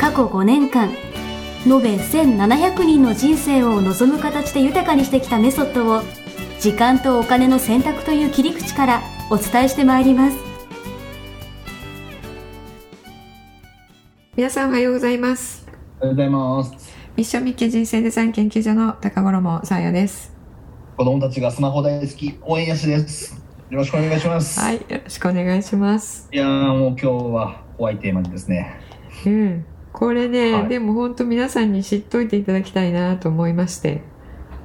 過去5年間延べ1700人の人生を望む形で豊かにしてきたメソッドを時間とお金の選択という切り口からお伝えしてまいります皆さんおはようございますおはようございます。ミッションミッケ人生デザイン研究所の高頃もさあやです子供たちがスマホ大好き、応援やしです。よろしくお願いします。、はいいよろしくお願いしますやー、もう今日は怖いテーマですね。うんこれね、はいでも本当皆さんに知っといていただきたいなと思いまして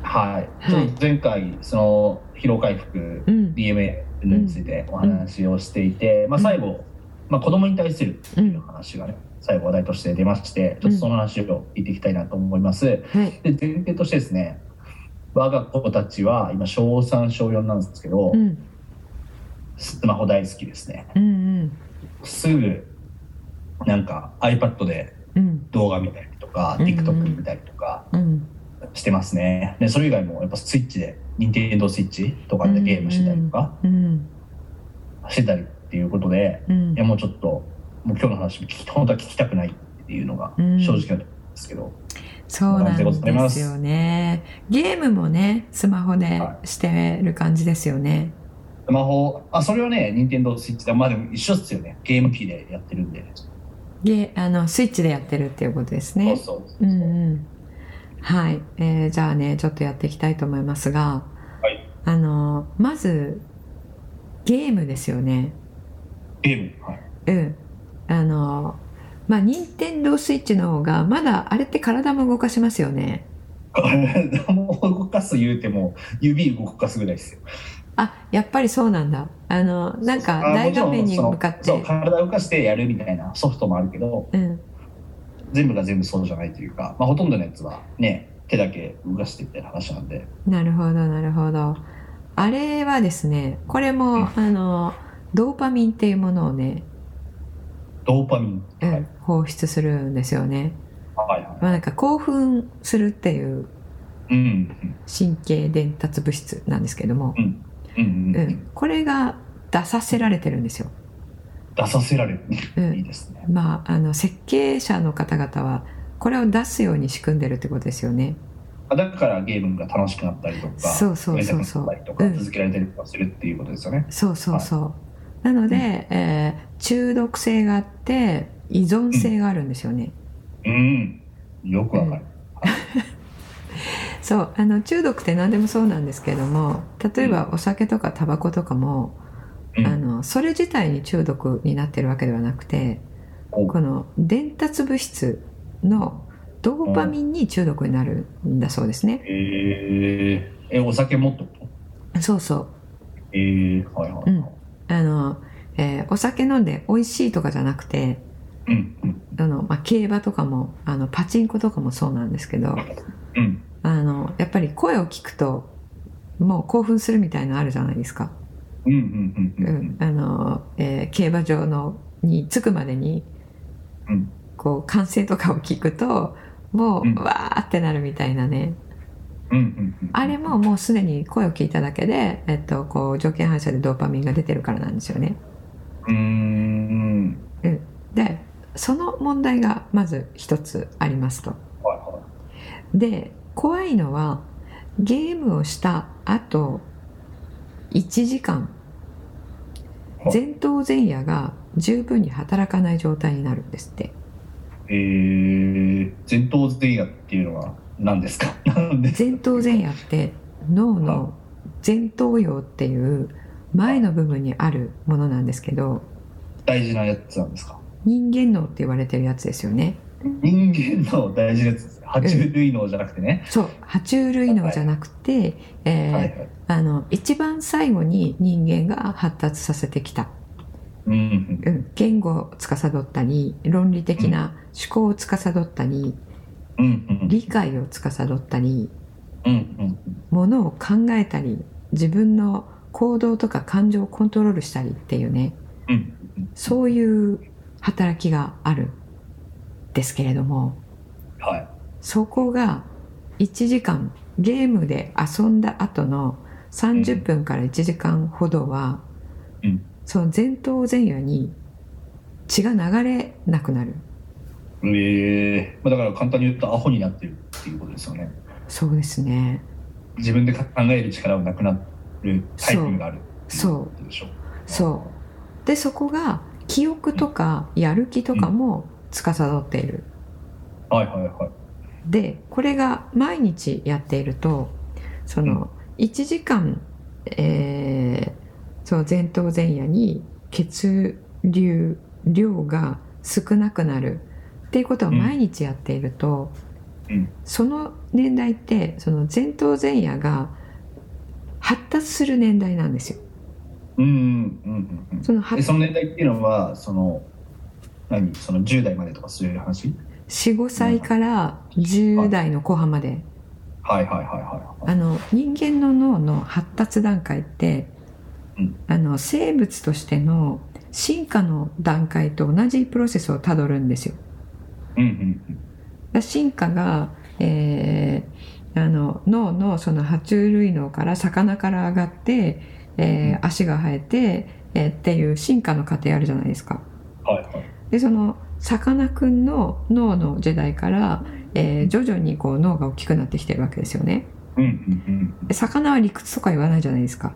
はい。はいちょっと前回、その疲労回復う、ん DMA についてお話をしていて、まあ最後、まあ子供に対するうのん話がね、最後話題として出まして、ちょっとその話を聞いていきたいなと思います。はいで、前提としてですね、我が子たちは今小3小4なんですけど、うんスマホ大好きですね。うんうんすぐなんか iPad でうん動画見たりとか、うんうん TikTok 見たりとかうんしてますねでそれ以外もやっぱスイッチで任天堂スイッチとかでゲームしてたりとかうんしてたりっていうことでうんいやもうちょっともう今日の話も聞き本当は聞きたくないっていうのがうん正直なんですけど、そうなんですよねゲームもねスマホでしてる感じですよね、スマホあそれはね任天堂スイッチでまあでも一緒っすよねゲーム機でやってるんで、ゲあのスイッチでやってるっていうことですねそうそうそううんうんはい、えーじゃあねちょっとやっていきたいと思いますが、はいあのまずゲームですよねゲームはい うんあのまあ任天堂スイッチの方がまだあれって体も動かしますよね体も動かす言うても指動かすぐらいですよあやっぱりそうなんだあのなんかあ大画面もちにろんその向かっそうて体を動かしてやるみたいなソフトもあるけどうん全部が全部そうじゃないというか、まあ、ほとんどのやつはね手だけ動かしてみたいな話なんでなるほどなるほどあれはですねこれも、うんあのドーパミンっていうものをね、ドーパミン、うんはい放出するんですよねはいはまあ、なんか興奮するっていういうん神経伝達物質なんですけども、うんうんう、うんん、これが出させられてるんですよ。出させられる、ういいんですねまあ、あの設計者の方々はこれを出すように仕組んでるってことですよね。あだからゲームが楽しくなったりとかそうそうそうそうやりたくなったりとかうん続けられたりとかするっていうことですよね、そうそうそう。なので、えー中毒性があって依存性があるんですよね。うんよくわかる、そうあの中毒って何でもそうなんですけども例えばお酒とかタバコとかも、うんあのそれ自体に中毒になってるわけではなくておこの伝達物質のドーパミンに中毒になるんだそうですね。えー、えお酒もっとそうそう。えー、はいはい、うんあの、えーお酒飲んで美味しいとかじゃなくて、うんうんあの、まあ、競馬とかも、あの、パチンコとかもそうなんですけど、うんあの、やっぱり声を聞くと、もう興奮するみたいのあるじゃないですか。うんうんううんうんん。あの、えー競馬場の、に着くまでに、うんこう、歓声とかを聞くと、もう、うんわーってなるみたいなね。うんうんうんあれももうすでに声を聞いただけで、えっと、こう条件反射でドーパミンが出てるからなんですよね。うーんでその問題がまず一つありますと。はいはで怖いのはゲームをした後1時間はい前頭前野が十分に働かない状態になるんですって。いえー、前頭前野っていうのは何ですか 何です前頭前野って脳の前頭葉っていう前の部分にあるものなんですけど大事なやつなんですか人間脳って言われてるやつですよね。人間の大事なやつです爬虫類脳じゃなくてね、そう爬虫類脳じゃなくて、えーはいはいあの一番最後に人間が発達させてきたうん。うん言語を司ったり論理的な思考を司ったりうん。うん。理解を司ったりうん。うん。ものを考えたり自分の行動とか感情をコントロールしたりっていうねうん。そういう働きがあるんですけれどもはい。そこが1時間ゲームで遊んだ後の30分から1時間ほどは、うんその前頭前野に血が流れなくなるええまあだから簡単に言うとアホになってるっていうことですよね。そうですね自分で考える力がなくなるタイプがあるっていうことでしょう。そうでそこが記憶とかやる気とかも司っている、はいはいはい。でこれが毎日やっているとその1時間、えーその前頭前野に血流量が少なくなるっていうことをうん毎日やっていると、うんその年代ってその前頭前野が発達する年代なんですよ。うんうんうんそのうん。発でその年代っていうのはその何その10代までとかそういう話？ 45歳から10代の後半まではいはいはいはい。あの人間の脳の発達段階って、うんあの生物としての進化の段階と同じプロセスをたどるんですよ。だかうんうんら進化が、えーあの脳のその爬虫類脳から魚から上がって、えー足が生えて、えーっていう進化の過程あるじゃないですか。うん。はいはい。でそのさかなクンの脳の時代から、えー徐々にこう脳が大きくなってきてるわけですよね。うんうんで魚は理屈とか言わないじゃないですか。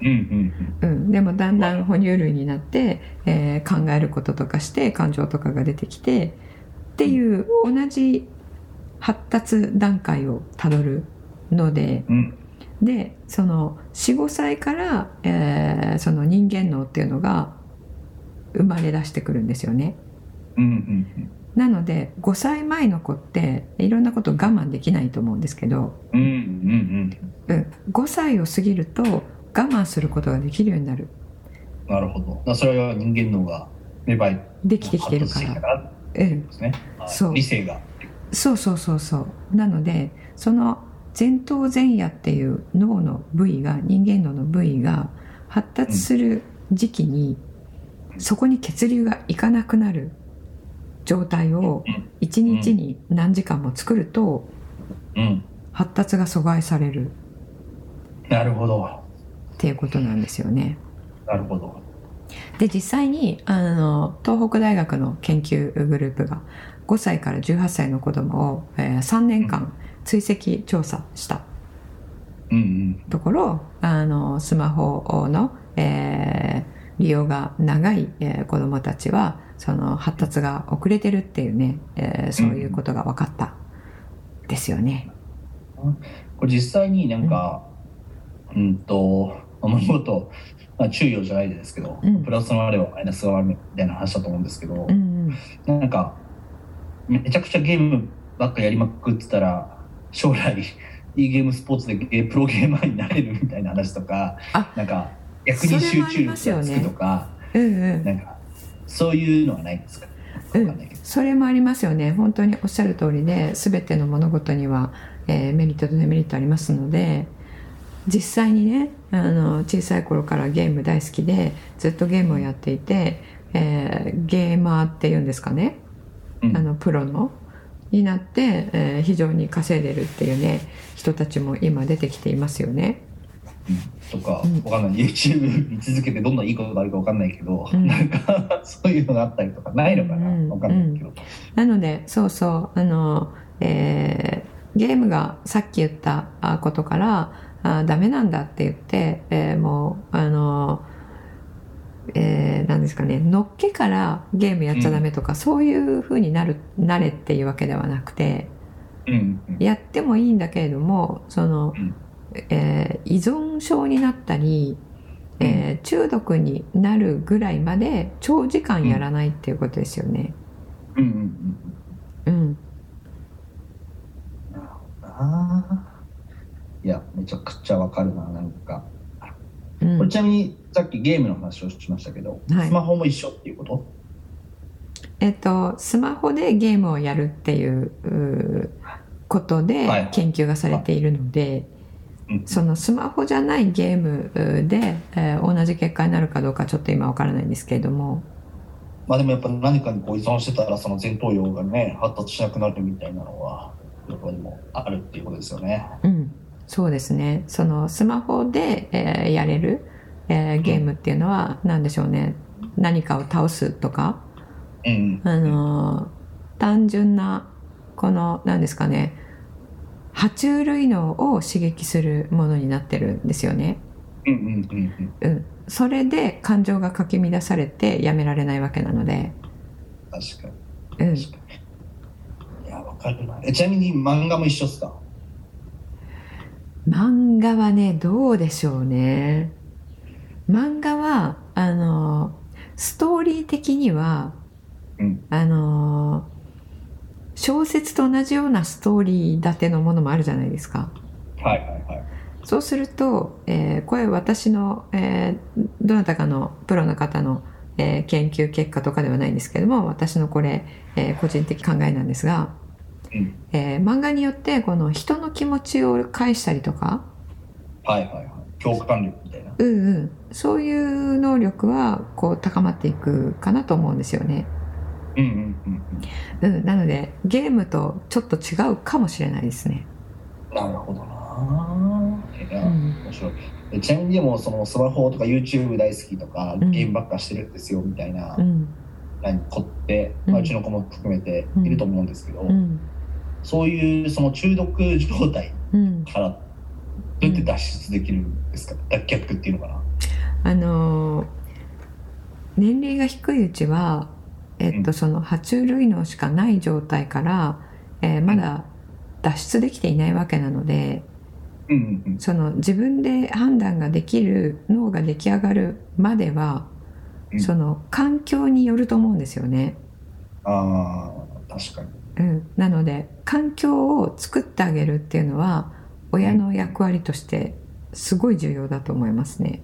うん。うんうんうん、でもだんだん哺乳類になって、えー考えることとかして感情とかが出てきてっていう同じ発達段階をたどるのでうん。うんでその45歳から、えーその人間脳っていうのが生まれ出してくるんですよね。うんうんなので5歳前の子っていろんなこと我慢できないと思うんですけど、うん。うんうんうん、5歳を過ぎると我慢することができるようになるうん。なるほど。だからそれは人間脳が芽生えできてきてるか発達してきたら。らうんですね。はいそう理性が。そうそうそうそうなのでその前頭前野っていう脳の部位が人間脳の部位が発達する時期に、うんそこに血流がいかなくなる状態をうん1日に何時間も作るとうん。発達が阻害されるなるほど。っていうことなんですよね。なるほど。で実際にあの東北大学の研究グループが5歳から18歳の子供を、えー3年間追跡調査したうんうん。ところあのスマホの、えー利用が長い、えー子どもたちはその発達が遅れてるっていうね、えーそういうことが分かったですよね。これ実際になんか、うん、と、物事を、まあ、注意をじゃないですけど、うんプラスのあればマイナスがあるみたいな話だと思うんですけど、うんうんなんか、めちゃくちゃゲームばっかやりまくってたら、将来、いいゲームスポーツでゲープロゲーマーになれるみたいな話とかあ、なんか、逆そにれ集もあり中ます力よがねつくとか、うんうんなんか、そういうのはないですかうんわかんないけどそれもありますよね本当におっしゃる通りで全ての物事には、えーメリットとデメリットありますので実際にねあの小さい頃からゲーム大好きでずっとゲームをやっていて、えーゲーマーっていうんですかねうんあのプロのになって、えー非常に稼いでるっていうね人たちも今出てきていますよね。とか、うんわかんない YouTube 見続けてどんどんいいことがあるかわかんないけど、うんなんか そういうのがあったりとかないのかな、うんわかんないけど、なのでそうそうあの、えーゲームがさっき言ったあことからあダメなんだって言って、えーもうあの、えーなんですかねのっけからゲームやっちゃダメとか、そういうふうになるなれっていうわけではなくてうんうんやってもいいんだけれどもその、うんえー依存症になったり、えー中毒になるぐらいまで長時間やらないっていうことですよね。うんうんうんうんああいやめちゃくちゃわかるななんかうんこれちなみにさっきゲームの話をしましたけど、はいスマホも一緒っていうことえっと、スマホでゲームをやるっていううーことはでい研究がされているので、うんそのスマホじゃないゲームうーで、えー同じ結果になるかどうかちょっと今わからないんですけれども、まあでもやっぱ何かにこう依存してたらその前頭葉がね発達しなくなるみたいなのはどこにもあるっていうことですよね。うん、そうですねそのスマホで、えーやれる、えーゲームっていうのは何でしょうね何かを倒すとか、うん、あのー単純なこの何ですかね爬虫類脳を刺激するものになってるんですよね。うんうんうんうんうん、それで感情がかき乱されてやめられないわけなので、確かにうん、確かに。いやわかるな。えちなみに漫画も一緒っすか漫画はねどうでしょうね漫画はあのストーリー的には、うんあの小説と同じようなストーリー立てのものもあるじゃないですかはいはいはい。そうすると、えーこれ私の、えーどなたかのプロの方の、えー研究結果とかではないんですけども私のこれ、えー個人的考えなんですが、うんえー漫画によってこの人の気持ちを返したりとかはいはいはい。共感力みたいな。うんうんそういう能力はこう高まっていくかなと思うんですよね。うんうんうんうん。うん、なのでゲームとちょっと違うかもしれないですね。なるほどな。いうやん面白いえちなみにでもそのスマホとか YouTube 大好きとか、うんゲームばっかしてるんですよみたいな、うん何子って、うんまあ、うちの子も含めていると思うんですけど、うんそういうその中毒状態うんからどうやって脱出できるんですか、脱却っていうのかなあのー年齢が低いうちは、えっうと、その爬虫類脳しかない状態から、えーまだ脱出できていないわけなのでうんうんうんその自分で判断ができる脳が出来上がるまでは、うんその環境によると思うんですよね。あー確かにうん、なので環境を作ってあげるっていうのは親の役割としてすごい重要だと思いますね。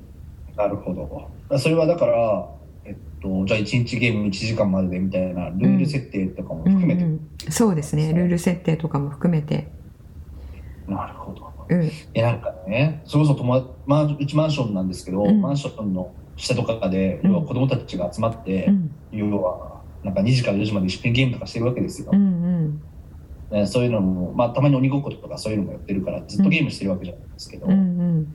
なるほどそれはだからえっとじゃあ1日ゲーム1時間まででみたいなルール設定とかも含めて、うんうん、そうですねルール設定とかも含めて、なるほどうん、えなんかねそれこそ友達まあうちマンションなんですけど、うんマンションの下とかで、うん要は子供たちが集まって、うん要はなんか2時から4時まで一緒にゲームとかしてるわけですよ、うんねそういうのも、まあ、たまに鬼ごっことかそういうのもやってるからずっとゲームしてるわけじゃないですけど、うんう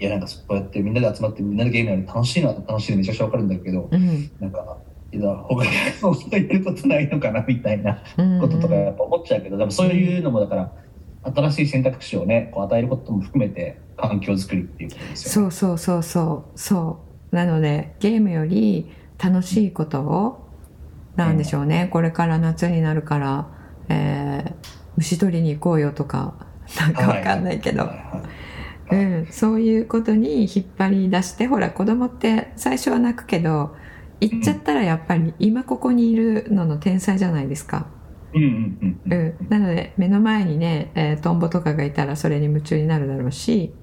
いんやなんかそうやってみんなで集まってみんなでゲームやる楽しいのは楽しいのめちゃくちゃわかるんだけどうんなんかいや他の人いることないのかなみたいなうんこととかやっぱ思っちゃうけど、でもそういうのもだから新しい選択肢をねこう与えることも含めて環境づくりっていうことですよそね。うそうそうそうそうなのでゲームより楽しいことをなんでしょうね、これから夏になるから、えー虫取りに行こうよとかなんかわかんないけど、はいはいうん、そういうことに引っ張り出してほら子供って最初は泣くけど行っちゃったらやっぱり今ここにいるのの天才じゃないですか。うんうんうんううんん、なので目の前にね、えートンボとかがいたらそれに夢中になるだろうし、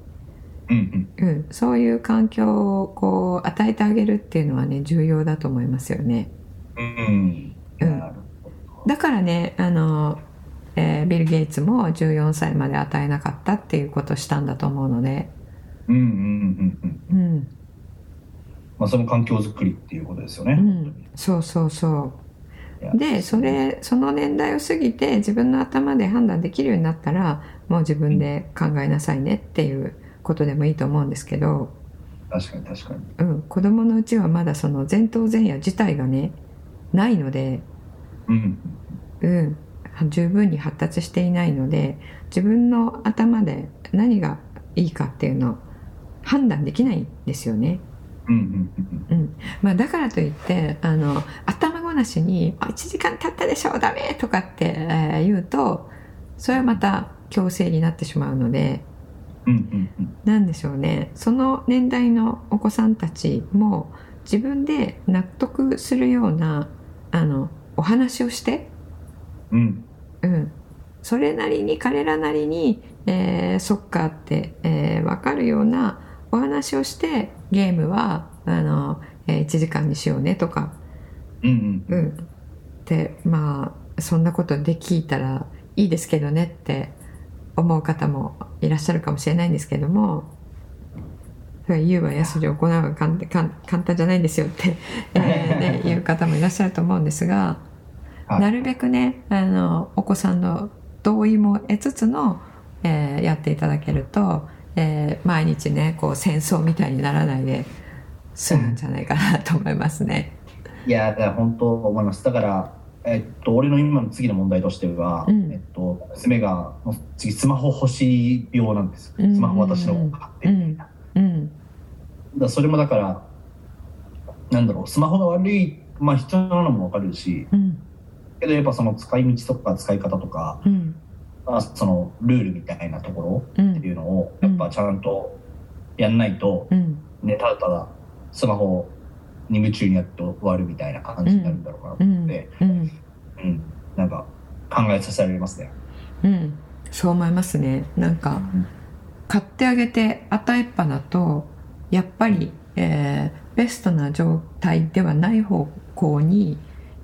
うんうん、そういう環境をこう与えてあげるっていうのはね重要だと思いますよねうんううんんなるほどだからねあの、えービル・ゲイツも14歳まで与えなかったっていうことをしたんだと思うので、うんうんうんうんうんまあその環境づくりっていうことですよね。うん、そうそうそいやうでそれその年代を過ぎて自分の頭で判断できるようになったらもう自分で考えなさいねっていうことでもいいと思うんですけど、確かに確かに。うん、子供のうちはまだその前頭前野自体がねないので、うんうん、十分に発達していないので自分の頭で何がいいかっていうのを判断できないんですよね、うんうんうんまあ、だからといってあの頭ごなしに「あ1時間経ったでしょダメ!」とかって、えー言うとそれはまた強制になってしまうので。うんうんうんなんでしょうねその年代のお子さんたちも自分で納得するようなあのお話をして、うんうんうん、それなりに彼らなりに、えーそっかって、えー分かるようなお話をしてゲームはあの、えー1時間にしようねとか、うんうん、ってまあそんなことで聞いたらいいですけどねって思う方もいらっしゃるかもしれないんですけどもそれは言うはやすり行うは簡簡簡単じゃないんですよって、えーね、言う方もいらっしゃると思うんですが、はいなるべくねあのお子さんの同意も得つつの、えーやっていただけると、えー毎日ねこう戦争みたいにならないで済むんじゃないかなと思いますね。いやだから本当思いますだからえっと俺の今の次の問題としては、うんえっと娘がもう次スマホ欲しい病なんですうんスマホ私の方が買ってみたいな、うん、だからそれもだからなんだろうスマホが悪いまあ人なのもわかるしうん、けどやっぱその使い道とか使い方とか、うんまあ、そのルールみたいなところうってんいうのをやっぱちゃんとやんないと、うんね、ただただスマホに夢中になって終わるみたいな感じになるんだろうなとう思っんて、うんうんなんか考えさせられますね。うんそう思いますねなんか買ってあげて与えっぱだとやっぱり、えーベストな状態ではない方向に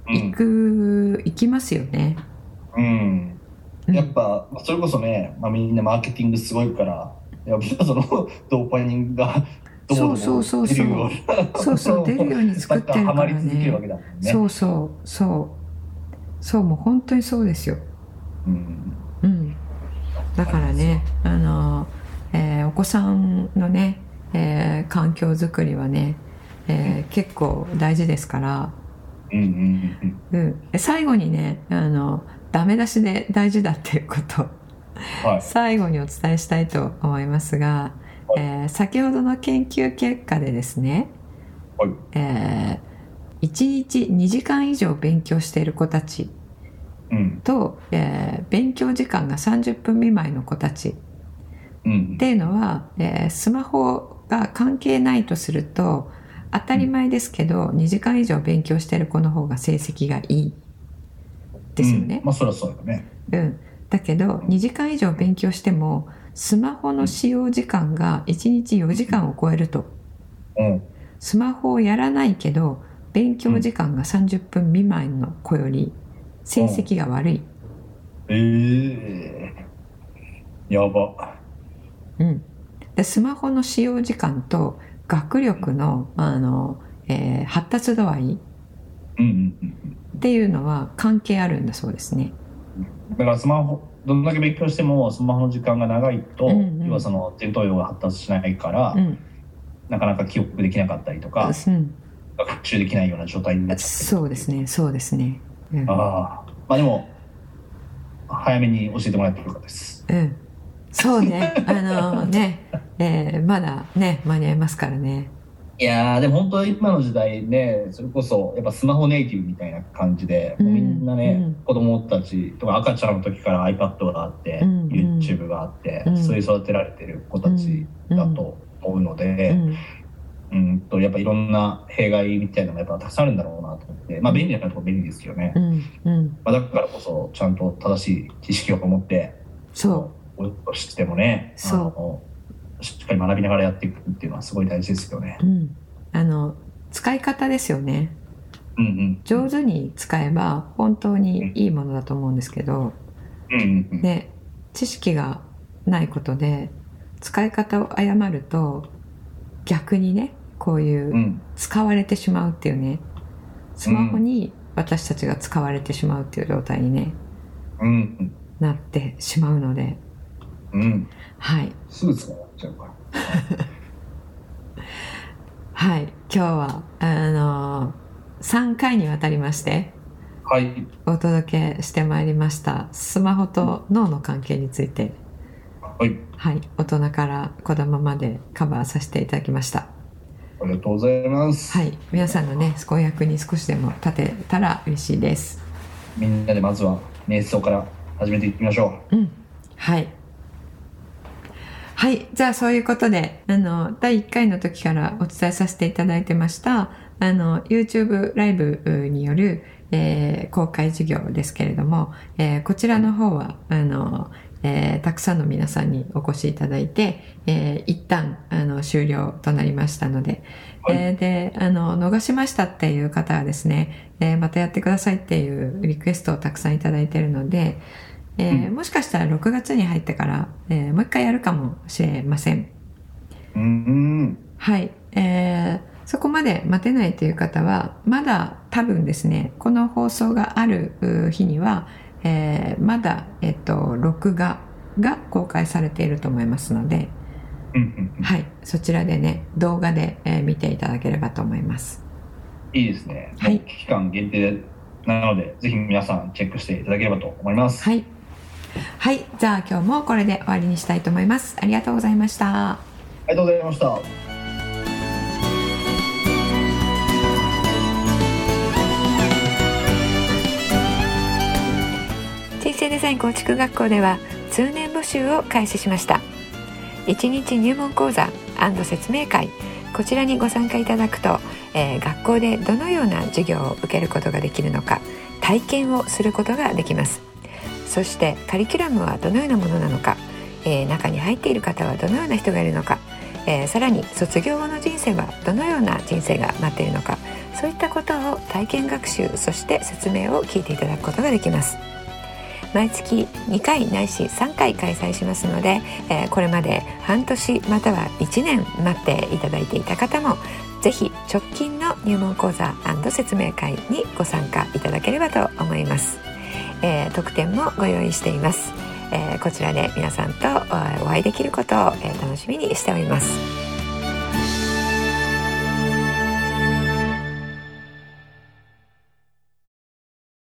う行んく、行きますよね。うんうんやっぱそれこそね、まあ、みんなマーケティングすごいからやっぱその ドーパミンがどうでもそうそうそうそう出るよなそうそう出るように作ってるなんかハマらり続けるわね。けだもんね。そうそうそうそうもう本当にそうですよ。うんうん、だからね、あのえーお子さんのね、えー環境づくりはね、えー結構大事ですから、うんうんうんうん、最後にねあのダメ出しで大事だっていうことはい最後にお伝えしたいと思いますが、はいえー先ほどの研究結果でですね、はいえ1日2時間以上勉強している子たちうんと、えー勉強時間が30分未満の子たちうんっていうのは、えースマホが関係ないとすると当たり前ですけど、2時間以上勉強してる子の方が成績がいいですようねん、まあそりゃそうだよね。うんだけど2時間以上勉強してもスマホの使用時間が1日4時間を超えるとうんスマホをやらないけど勉強時間が30分未満の子より成績が悪い、ええやば。うん、でスマホの使用時間と学力のあの、えー発達度合いうんうんっていうのは関係あるんだそうですね。うん。だからスマホ、どんだけ勉強してもスマホの時間が長いと、うんうん要はその前頭葉が発達しないから、うん、なかなか記憶できなかったりとか、うん学習できないような状態になっちゃってるそうですね、そうですね。うん、ああ。まあでも、早めに教えてもらってよかったです。うん、そうね、あのね、えーまだね間に合いますからね。いやーでも本当今の時代ねそれこそやっぱスマホネイティブみたいな感じで、もうみんなね、うん子供たちとか赤ちゃんの時から iPad があって、うんうん YouTube があって、うんそういう育てられてる子たちだと思うのうで、ん、うんとやっぱいろんな弊害みたいなのがやっぱたくさんあるんだろうなと思ってまあ便利なとこ便利ですけどね、うん、うん、まあ、だからこそちゃんと正しい知識を持ってそうとしてもねあそうのしっかり学びながらやっていくっていうのはすごい大事ですよねう、。うん、あの使い方ですよね。うんうん、上手に使えば本当にいいものだと思うんですけど、うんうんうんね、知識がないことで使い方を誤ると逆にねこういううん使われてしまうっていうねスマホに私たちが使われてしまうっていう状態に、ねうんなってしまうのでうんうんはい、すぐ使っちゃうからはい、今日はあの3回にわたりましてはいお届けしてまいりましたスマホと脳の関係について、はいはい、大人から子供までカバーさせていただきました。ありがとうございます、はい、皆さんのね、お役に少しでも立てたら嬉しいです。みんなでまずは瞑想から始めていきましょうん、はい。はい、じゃあそういうことで、あの、第1回の時からお伝えさせていただいてました、あの、YouTube ライブによる、えー公開授業ですけれども、えーこちらの方は、あの、えーたくさんの皆さんにお越しいただいて、えー一旦あの終了となりましたので、はいえーであの逃しましたっていう方はですね、えーまたやってくださいっていうリクエストをたくさんいただいているので、えーうもしかしたら6月に入ってから、えーもう一回やるかもしれません。うん。はい、えーそこまで待てないという方はまだ多分ですねこの放送があるうー日には、えーまだ、えっと、録画が公開されていると思いますので、うんうんはい、そちらでね動画で、えー見ていただければと思います。いいですね。はい期間限定なので、ぜひ皆さんチェックしていただければと思います。はい、はい、じゃあ今日もこれで終わりにしたいと思います。ありがとうございました。ありがとうございました。人生デザイン構築学校では通年募集を開始しました1日入門講座説明会こちらにご参加いただくと、えー学校でどのような授業を受けることができるのか体験をすることができますそしてカリキュラムはどのようなものなのか、えー中に入っている方はどのような人がいるのか、えーさらに卒業後の人生はどのような人生が待っているのかそういったことを体験学習そして説明を聞いていただくことができます毎月2回ないし3回開催しますので、えーこれまで半年または1年待っていただいていた方もぜひ直近の入門講座説明会にご参加いただければと思います、えー特典もご用意しています、えーこちらで皆さんとえーお会いできることをえー楽しみにしております